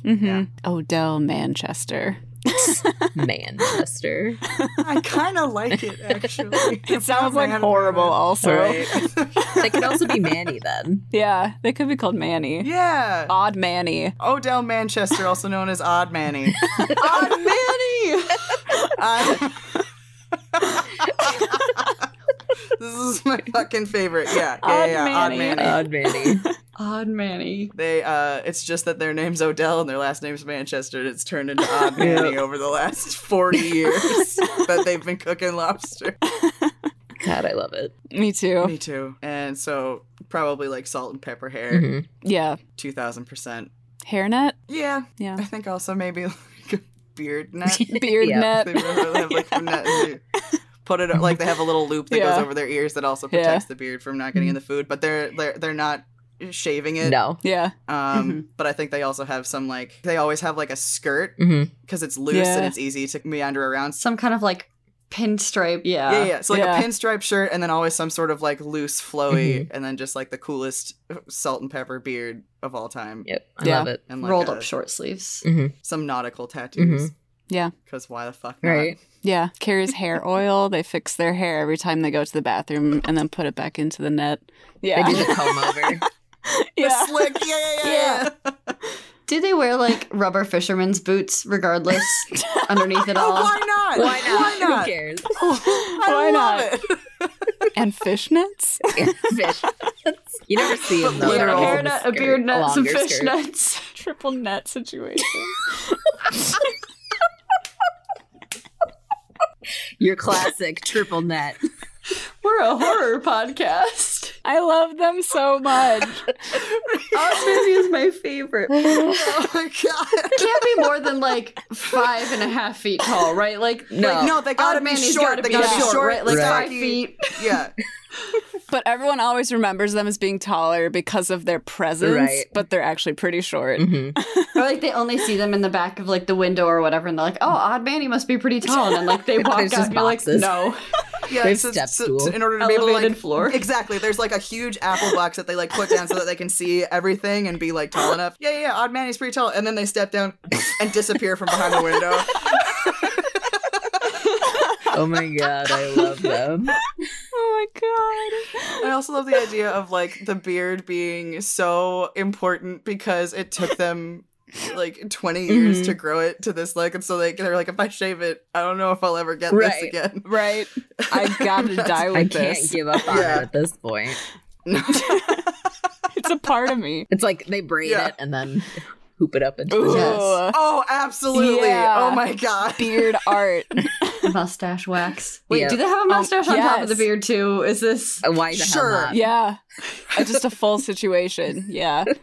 S9: Mm-hmm.
S10: Mhm.
S1: Yeah.
S10: Odell Manchester. <laughs>
S9: Manchester.
S1: I kind of like it actually.
S10: It sounds like horrible also. <laughs>
S9: they could also be Manny then.
S10: Yeah. They could be called Manny.
S1: yeah.
S10: Odd Manny.
S1: Odell Manchester, also known as Odd
S10: <laughs>
S1: Manny. Odd Manny. Uh, I- <laughs> this is my fucking favorite. Yeah, yeah,
S10: Odd
S1: yeah. Odd
S10: Manny.
S1: Manny.
S9: Odd Manny.
S5: Odd Manny.
S1: They uh it's just that their name's Odell and their last name's Manchester and it's turned into
S10: <laughs>
S1: Odd Manny over the last 40 years that they've been cooking lobster.
S9: God, I love it.
S10: Me too.
S1: Me too. And so probably like salt and pepper hair,
S9: Mhm.
S10: Yeah.
S1: 2000%.
S10: Hairnet?
S1: Yeah. <laughs>
S10: Yeah.
S1: I think
S10: <laughs>
S1: also maybe like a beard net.
S10: Beard
S9: Yeah.
S1: they
S10: net.
S1: really have like a net and they put it like they have a little loop that goes
S10: Yeah.
S1: over their ears that also
S10: Yeah.
S1: protects the beard from not getting in the food. But they're they're they're not shaving it.
S9: No.
S10: <laughs> Yeah.
S1: Um,
S10: Mm-hmm.
S1: but I think they also have some like they always have like a skirt
S9: hmm
S1: because it's loose and
S10: Mm-hmm. Yeah.
S1: it's easy to meander around.
S5: Some kind of like pinstripe. Yeah.
S1: yeah, yeah. So like
S10: Yeah. Mm-hmm.
S1: a pinstripe shirt and then always some sort of like loose flowy and then just like the coolest salt and pepper beard of all time.
S9: Yep. I
S10: Yeah.
S9: love it.
S1: And like
S5: Rolled
S1: a-
S5: up short sleeves.
S1: some nautical tattoos.
S10: Yeah.
S1: Because why the fuck not?
S9: Right.
S10: Yeah. Carries hair oil. They fix their hair every time they go to the bathroom and then put it back into the net. Yeah.
S9: They do
S10: <laughs>
S9: the comb over.
S1: <laughs>
S10: yeah.
S9: <laughs>
S1: Slick. Yeah, yeah, yeah. yeah.
S5: Do they wear like rubber fisherman's boots regardless underneath it all?
S1: Why not?
S9: Why not?
S1: Why not?
S9: Who cares?
S1: I
S10: Why
S1: love
S10: not?
S1: it.
S10: And fishnets?
S9: Fish. you
S5: <laughs>
S9: never see them.
S5: Yeah,
S1: Literal.
S5: a hair nut, a beard nut, some fish
S9: <laughs>
S5: nuts.
S10: Triple
S5: <laughs>
S10: net situation.
S9: Your classic triple net.
S5: We're a horror podcast.
S10: I love them so much.
S5: Oz Busy is my favorite.
S1: Oh
S5: <laughs>
S1: my god.
S5: Can't be more than like five and a half feet tall, right? Like
S9: No.
S5: like,
S1: No, they gotta
S5: Ottoman,
S1: be
S5: he's
S1: short.
S5: gotta
S1: they
S5: be
S1: gotta be
S5: short,
S1: short,
S5: right? Like
S1: stocky.
S5: five feet.
S1: Yeah.
S10: But everyone always remembers them as being taller because of their presence,
S9: Right. Mm-hmm.
S10: but they're actually pretty short.
S5: <laughs> Or like they only see them in the back of like the window or whatever, and they're like, "Oh, Odd Man, he must be pretty tall." And then like they walk
S9: There's
S5: out,
S9: just
S5: and you're like,
S9: boxes.
S5: "No,
S1: Yeah.
S9: They've
S1: so-
S9: step
S1: so-
S9: stool.
S1: so in order to be able to
S5: Elevated
S1: like,
S5: floor.
S1: Exactly. There's like a huge apple box that they like put down so that they can see everything and be like tall enough. Yeah, yeah, yeah. Odd man, he's pretty tall. And then they step down and disappear from behind the window.
S9: Oh my god, I love
S1: <laughs>
S9: them.
S10: Oh my god.
S1: I also love the idea of like the beard being so important because it took them like 20 years
S9: Mm-hmm.
S1: to grow it to this look. And so they, they're like, if I shave it, I don't know if I'll ever get this
S9: Right.
S1: again.
S10: Right. I
S9: <laughs>
S10: gotta die with
S9: I can't
S10: this. <laughs>
S9: give up on
S1: Yeah.
S9: it at this point.
S10: It's a part of me.
S9: It's like they braid
S1: Yeah.
S9: it and then hoop it up into
S10: Ooh.
S9: the
S5: Yes.
S1: oh, absolutely.
S10: Yeah.
S1: Oh my God.
S10: Beard
S9: <laughs>
S10: art.
S5: mustache wax." Wait,
S9: Yeah.
S5: do they have a mustache on top of the
S10: yes.
S5: beard too? Is
S2: Oh,
S5: this?
S9: Uh, Why the
S1: Sure.
S9: hell not?
S10: Yeah. Uh, just a full situation. Yeah. <laughs>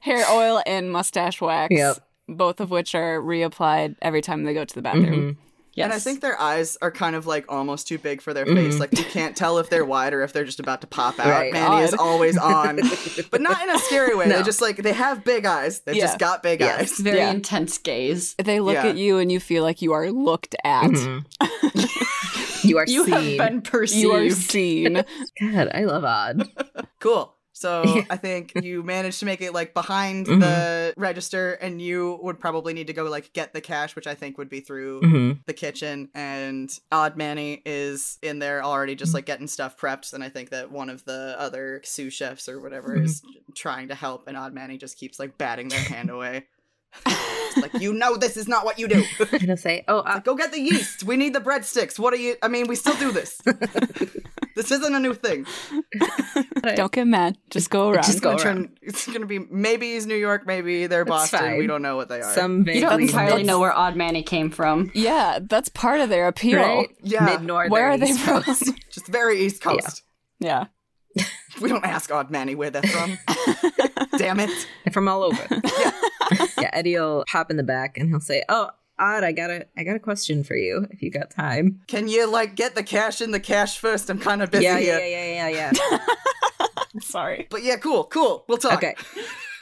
S10: Hair oil and mustache wax.
S9: Yep.
S10: Both of which are reapplied every time they go to the bathroom.
S9: Mm-hmm.
S5: Yes.
S1: And I think their eyes are kind of like almost too big for their face. Like you can't tell if they're wide or if they're just about to pop out.
S9: Mm-hmm. Right.
S1: Manny is
S10: Odd.
S1: always on, but not in a
S9: <laughs>
S1: scary way. They
S9: No.
S1: just like they have big eyes. They've
S10: Yeah.
S1: just got big
S9: Yes.
S1: eyes.
S5: very
S10: Yeah.
S5: intense gaze.
S10: They look
S1: Yeah.
S10: at you and you feel like you are looked at.
S9: Mm-hmm. You are
S5: You
S9: seen.
S5: have been perceived.
S10: You are seen.
S9: God, I love Odd.
S1: Cool. So I think you managed to make it like behind the register, and you would probably need to go like get the cash, which I think would be through the kitchen. And Odd Manny is in there already, just like getting stuff prepped. And I think that one of the other sous chefs or whatever is trying to help, and Odd Manny just keeps like batting their hand away. It's like you know, this is not what you do.
S9: I'm gonna say, oh,
S10: <laughs>
S9: uh,
S1: go get the yeast. We need the breadsticks. What are you? I mean, we still do this. this isn't a new thing.
S10: Don't get mad. Just go around.
S9: Just go
S1: gonna turn- <laughs> it's gonna be maybe he's New York, maybe they're Boston. We
S9: fine.
S1: don't know what they are.
S9: some
S5: You
S9: vague
S5: don't
S9: reason
S5: entirely
S9: that's-
S5: know where Odd Manny came from.
S10: Yeah, that's part of their appeal.
S9: right?
S1: Yeah. <laughs>
S9: Mid northern.
S10: Where are they from? <laughs>
S1: Just very East Coast.
S10: Yeah.
S9: <laughs>
S1: We don't ask Odd Manny where they're from. Damn it.
S9: from
S1: <laughs>
S9: all over. yeah. Eddie will hop in the back and he'll say, "Oh, Odd, I got a, I got a question for you. If you got time."
S1: Can you like get the cash in the cash first? I'm kind of busy
S9: Yeah,
S1: here.
S9: yeah, yeah, yeah,
S1: <laughs>
S9: yeah.
S10: Sorry.
S1: But yeah, cool, cool. We'll
S9: yeah.
S1: talk.
S9: okay.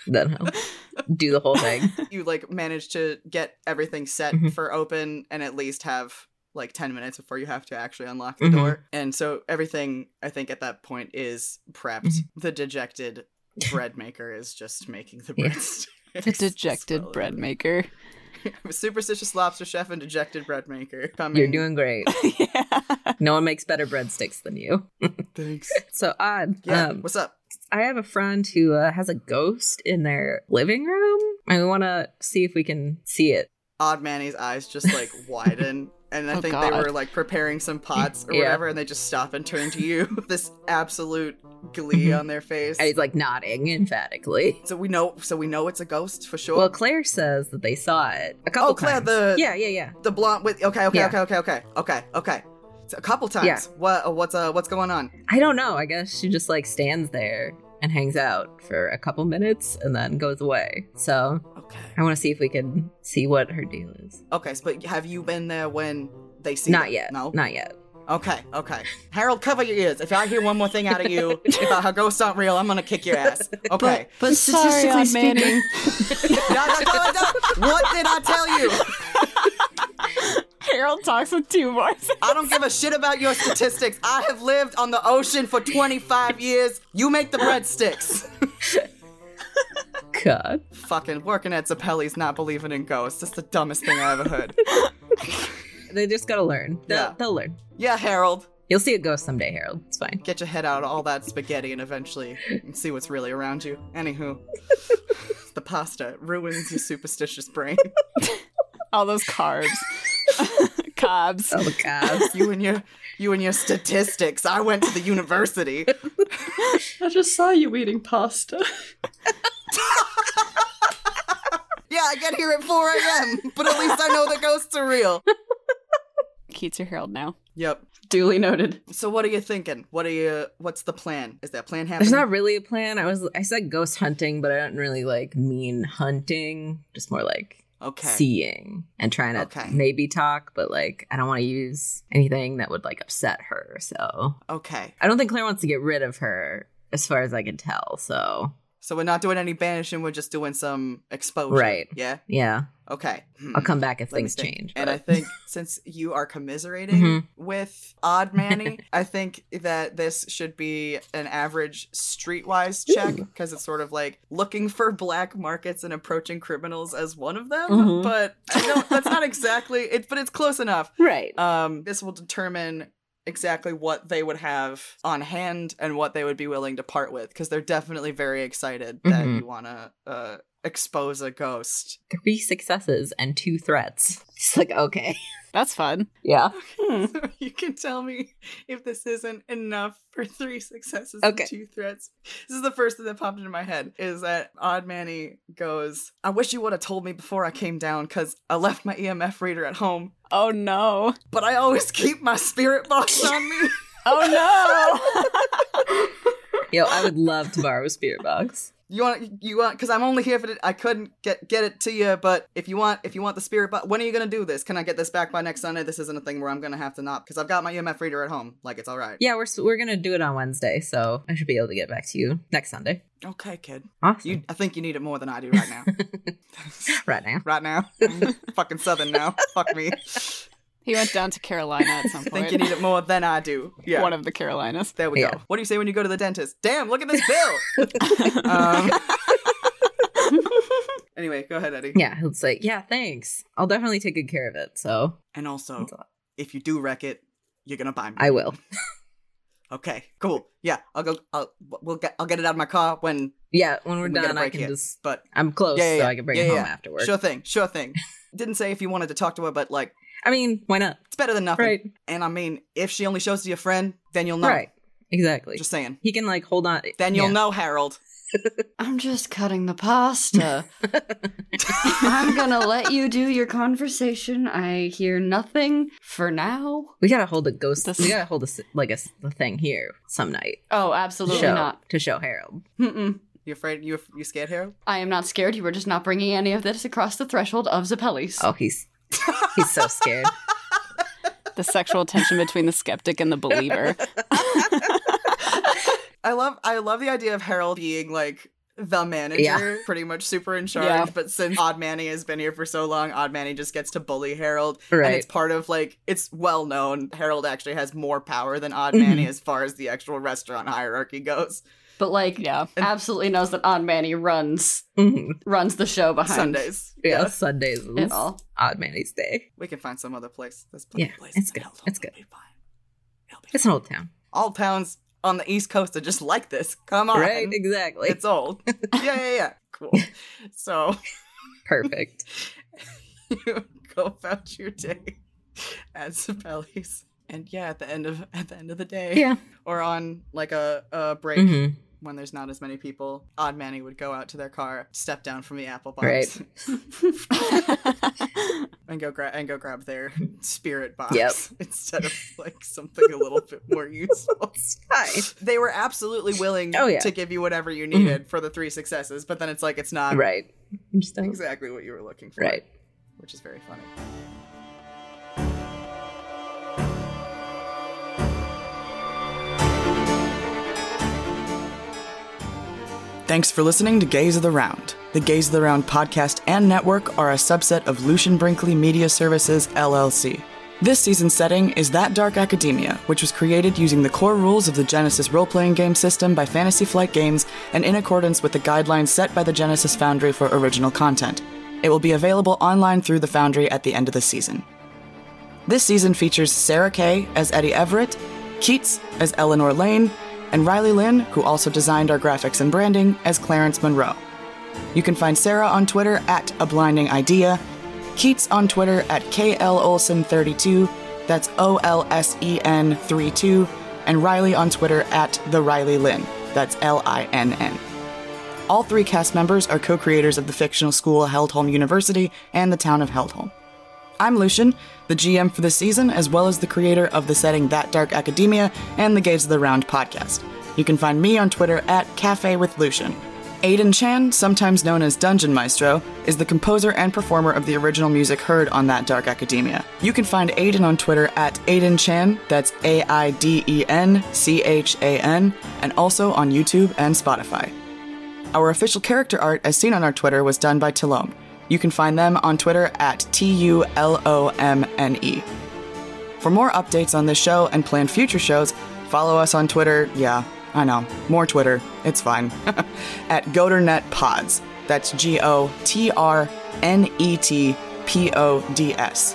S9: Then he'll do the
S1: <laughs>
S9: whole thing.
S1: You like manage to get everything set
S9: Mhm.
S1: for open and at least have like 10 minutes before you have to actually unlock the
S9: Mhm.
S1: door. And so everything I think at that point is prepped.
S9: Mm-hmm.
S1: The dejected bread maker is just making the
S9: <laughs> Yeah.
S1: bread.
S10: The dejected bread maker.
S1: <laughs>
S10: <laughs>
S1: Superstitious lobster chef and dejected bread maker. Coming.
S9: You're doing great.
S10: yeah.
S9: No one makes better breadsticks than you.
S1: thanks.
S9: So Odd,
S1: Yeah.
S9: um,
S1: What's up?
S9: I have a friend who uh, has a ghost in their living room, and we want to see if we can see it.
S1: Odd Manny's eyes just
S9: <laughs>
S1: like widen. And I
S10: Oh,
S1: think they
S10: God.
S1: were like preparing some pots or
S9: Yeah.
S1: whatever, and they just stop and turn to you. this absolute
S9: <laughs>
S1: glee on their face.
S9: And he's like nodding emphatically.
S1: so we know, so we know it's a ghost for sure.
S9: Well, Claire says that they saw it a couple
S1: oh, Claire,
S9: times.
S1: the
S9: yeah, yeah, yeah.
S1: the blonde with. Okay, okay,
S9: Yeah.
S1: okay, okay, okay, okay, okay. So a couple times.
S9: Yeah.
S1: What? uh, What's uh? What's going on?
S9: I don't know. I guess she just like stands there and hangs out for a couple minutes and then goes away. So
S1: Okay.
S9: I want to see if we can see what her deal is.
S1: Okay. So, but have you been there when They see
S9: Not
S1: it?
S9: yet.
S1: No.
S9: Not yet.
S1: Okay. Okay. Harold, cover your ears. If I hear one more thing out of
S9: <laughs>
S1: you about how ghosts aren't real, I'm gonna kick your ass. Okay.
S5: But
S10: Sorry,
S5: statistically
S10: Aunt
S5: speaking,
S10: Manny.
S1: No, no, no, no. What did I tell you?
S10: Harold talks with two voices.
S1: I don't give a shit about your statistics. I have lived on the ocean for 25 years. You make the breadsticks.
S9: God.
S1: Fucking working at Zappelli's not believing in ghosts. That's the dumbest thing I ever heard.
S9: They just gotta learn. They'll,
S1: Yeah.
S9: they'll learn.
S1: Yeah, Harold.
S9: You'll see a ghost someday, Harold. It's fine.
S1: Get your head out of all that spaghetti and eventually see what's really around you. Anywho, the pasta ruins your superstitious brain.
S10: <laughs> All those carbs. <laughs> Cobs.
S9: Oh God.
S1: You and your you and your statistics. I went to the university.
S5: <laughs> I just saw you eating pasta.
S1: Yeah, I get here at 4 a.m. But at least I know the ghosts are real.
S10: Keats or Harold now.
S1: Yep.
S5: Duly noted.
S1: So what are you thinking? What are you? What's the plan? Is that plan happening?
S9: There's not really a plan. I was I said ghost hunting, but I don't really like mean hunting. Just more like
S1: okay.
S9: seeing and trying to
S1: Okay.
S9: maybe talk, but like I don't want to use anything that would like upset her. So
S1: Okay.
S9: I don't think Claire wants to get rid of her, as far as I can tell. So
S1: So we're not doing any banishing. We're just doing some exposure.
S9: Right.
S1: Yeah.
S9: yeah,
S1: Okay. Hmm.
S9: I'll come back if
S1: Let me
S9: things
S1: think.
S9: change.
S1: And
S9: but-
S1: I think since you are commiserating
S9: Mhm.
S1: with Odd Manny, I think that this should be an average streetwise check because it's sort of like looking for black markets and approaching criminals as one of them.
S10: Mhm.
S1: But I don't, that's not exactly it. But it's close enough.
S10: Right.
S1: Um, this will determine exactly what they would have on hand and what they would be willing to part with because they're definitely very excited that
S9: Mhm.
S1: you want to uh, expose a ghost.
S9: three successes and two threats. It's like okay,
S10: That's fun.
S9: yeah,
S10: Hmm.
S1: So <laughs> you can tell me if this isn't enough for three successes
S9: Okay.
S1: and two threats. This is the first thing that popped into my head is that Odd Manny goes, I wish you would have told me before I came down because I left my EMF reader at home,
S10: Oh no.
S1: but I always keep my spirit box on
S9: <laughs>
S1: me.
S10: Oh
S9: yo, I would love to borrow a spirit box.
S1: You want you want because I'm only here for the, I couldn't get get it to you, but if you want if you want the spirit, but when are you gonna do this? Can I get this back by next Sunday? This isn't a thing where I'm gonna have to not because I've got my EMF reader at home. Like it's all right.
S9: Yeah, we're s- we're gonna do it on Wednesday, so I should be able to get back to you next Sunday.
S1: Okay, kid.
S9: Awesome. <laughs>
S1: You I think you need it more than I do right now.
S9: right now.
S1: right
S9: <laughs>
S1: now, fucking Southern now. Fuck me.
S10: <laughs> He went down to Carolina
S1: <laughs>
S10: at some
S1: I think
S10: point.
S1: you need it more than I do. Yeah.
S10: One of the Carolinas.
S1: there we
S9: Yeah.
S1: go. What do you say when you go to the dentist? Damn, look at this bill.
S9: <laughs>
S1: um, anyway, go ahead, Eddie.
S9: Yeah, it's like, yeah, thanks. I'll definitely take good care of it. So
S1: And also,
S9: That's a lot.
S1: if you do wreck it, you're gonna buy me.
S9: I will.
S1: Okay, cool. Yeah, I'll go. I'll we'll get. I'll get it out of my car when.
S9: Yeah, when we're
S1: We gotta
S9: done, I
S1: break
S9: can
S1: it.
S9: just.
S1: But
S9: I'm close,
S1: Yeah, yeah,
S9: so
S1: yeah.
S9: I can bring
S1: Yeah,
S9: it
S1: yeah,
S9: home
S1: yeah.
S9: afterwards.
S1: sure thing, sure thing. Didn't say if you wanted to talk to her, but like,
S9: I mean, why not?
S1: it's better than nothing.
S9: Right.
S1: And I mean, if she only shows to your friend, then you'll know.
S9: Right. Exactly.
S1: Just saying.
S9: he can like hold on.
S1: Then you'll
S9: yeah.
S1: know, Harold.
S5: I'm just cutting the <laughs> pasta. I'm gonna let you do your conversation. I hear nothing for now.
S9: We gotta hold a ghost.
S10: This-
S9: we gotta hold a s- like a, s- a thing here some night.
S5: Oh, absolutely
S9: show,
S5: not.
S9: to show Harold.
S5: Mm-mm.
S1: You afraid? You you scared, Harold?
S5: I am not scared. You were just not bringing any of this across the threshold of Zappelli's.
S9: Oh, he's
S1: <laughs>
S9: he's so scared.
S10: The sexual tension between the skeptic and the believer.
S1: I love. I love the idea of Harold being like the manager,
S9: Yeah.
S1: pretty much super in charge.
S10: Yeah.
S1: But since Odd Manny has been here for so long, Odd Manny just gets to bully Harold. And
S9: right.
S1: it's part of like it's well known Harold actually has more power than Odd
S9: Mm-hmm.
S1: Manny as far as the actual restaurant hierarchy goes.
S5: But like,
S10: Yeah.
S5: absolutely knows that Aunt Manny runs
S9: Mhm.
S5: runs the show behind
S1: Sundays.
S9: Yeah, Sundays is
S5: it all.
S9: Odd Manny's Day.
S1: We can find some other place. There's plenty
S9: Yeah,
S1: of places.
S9: it's good.
S1: It'll-
S9: It's
S1: it'll
S9: good.
S1: be fine. It'll be
S9: It's
S1: fine.
S9: an old town.
S1: All towns on the East Coast are just like this. Come on.
S9: Right. Exactly.
S1: It's
S9: <laughs>
S1: old. yeah, yeah, yeah. Cool. So <laughs>
S9: perfect.
S1: you go about your day at Sabelli's. And yeah, at the end of at the end of the day.
S9: Yeah.
S1: Or on like a, a break.
S9: hmm
S1: when there's not as many people, Odd Manny would go out to their car, step down from the apple box,
S9: Right.
S1: and go grab and go grab
S9: <laughs>
S1: their spirit box
S9: Yep.
S1: <laughs> instead of like something a little bit
S9: <laughs>
S1: more useful.
S9: Hi.
S1: They were absolutely willing
S9: Oh, yeah.
S1: to give you whatever you
S9: Mm-hmm.
S1: needed for the three successes, but then it's like it's not
S9: Right. I'm just
S1: exactly what you were looking for,
S9: Right.
S1: Which is very funny. Thanks for listening to Gaze of the Round. The Gaze of the Round podcast and network are a subset of Lucian Brinkley Media Services, LLC. This season's setting is That Dark Academia, which was created using the core rules of the Genesis role playing game system by Fantasy Flight Games and in accordance with the guidelines set by the Genesis Foundry for original content. It will be available online through the Foundry at the end of the season. This season features Sarah Kay as Eddie Everett, Keats as Eleanor Lane, and Riley Lynn, who also designed our graphics and branding, as Clarence Monroe. You can find Sarah on Twitter at A Blinding Idea, Keats on Twitter at KLOlsen32, that's O L S E N 32, and Riley on Twitter at The Riley Lynn, that's L I N N. All three cast members are co creators of the fictional school Heldholm University and the town of Heldholm. I'm Lucian, the GM for this season, as well as the creator of the setting That Dark Academia and the Gaze of the Round podcast. You can find me on Twitter at Cafe with Lucian. Aidan Chan, sometimes known as Dungeon Maestro, is the composer and performer of the original music heard on That Dark Academia. You can find Aidan on Twitter at Aidan Chan, that's A I D E N C H A N, and also on YouTube and Spotify. Our official character art, as seen on our Twitter, was done by Tilome. You can find them on Twitter at T U L O M N E. For more updates on this show and planned future shows, follow us on Twitter. Yeah, I know. More Twitter. It's fine. <laughs> at Godernet Pods. That's G O T R N E T P O D S.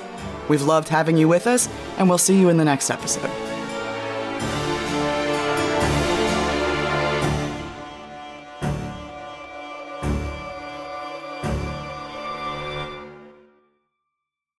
S1: We've loved having you with us, and we'll see you in the next episode.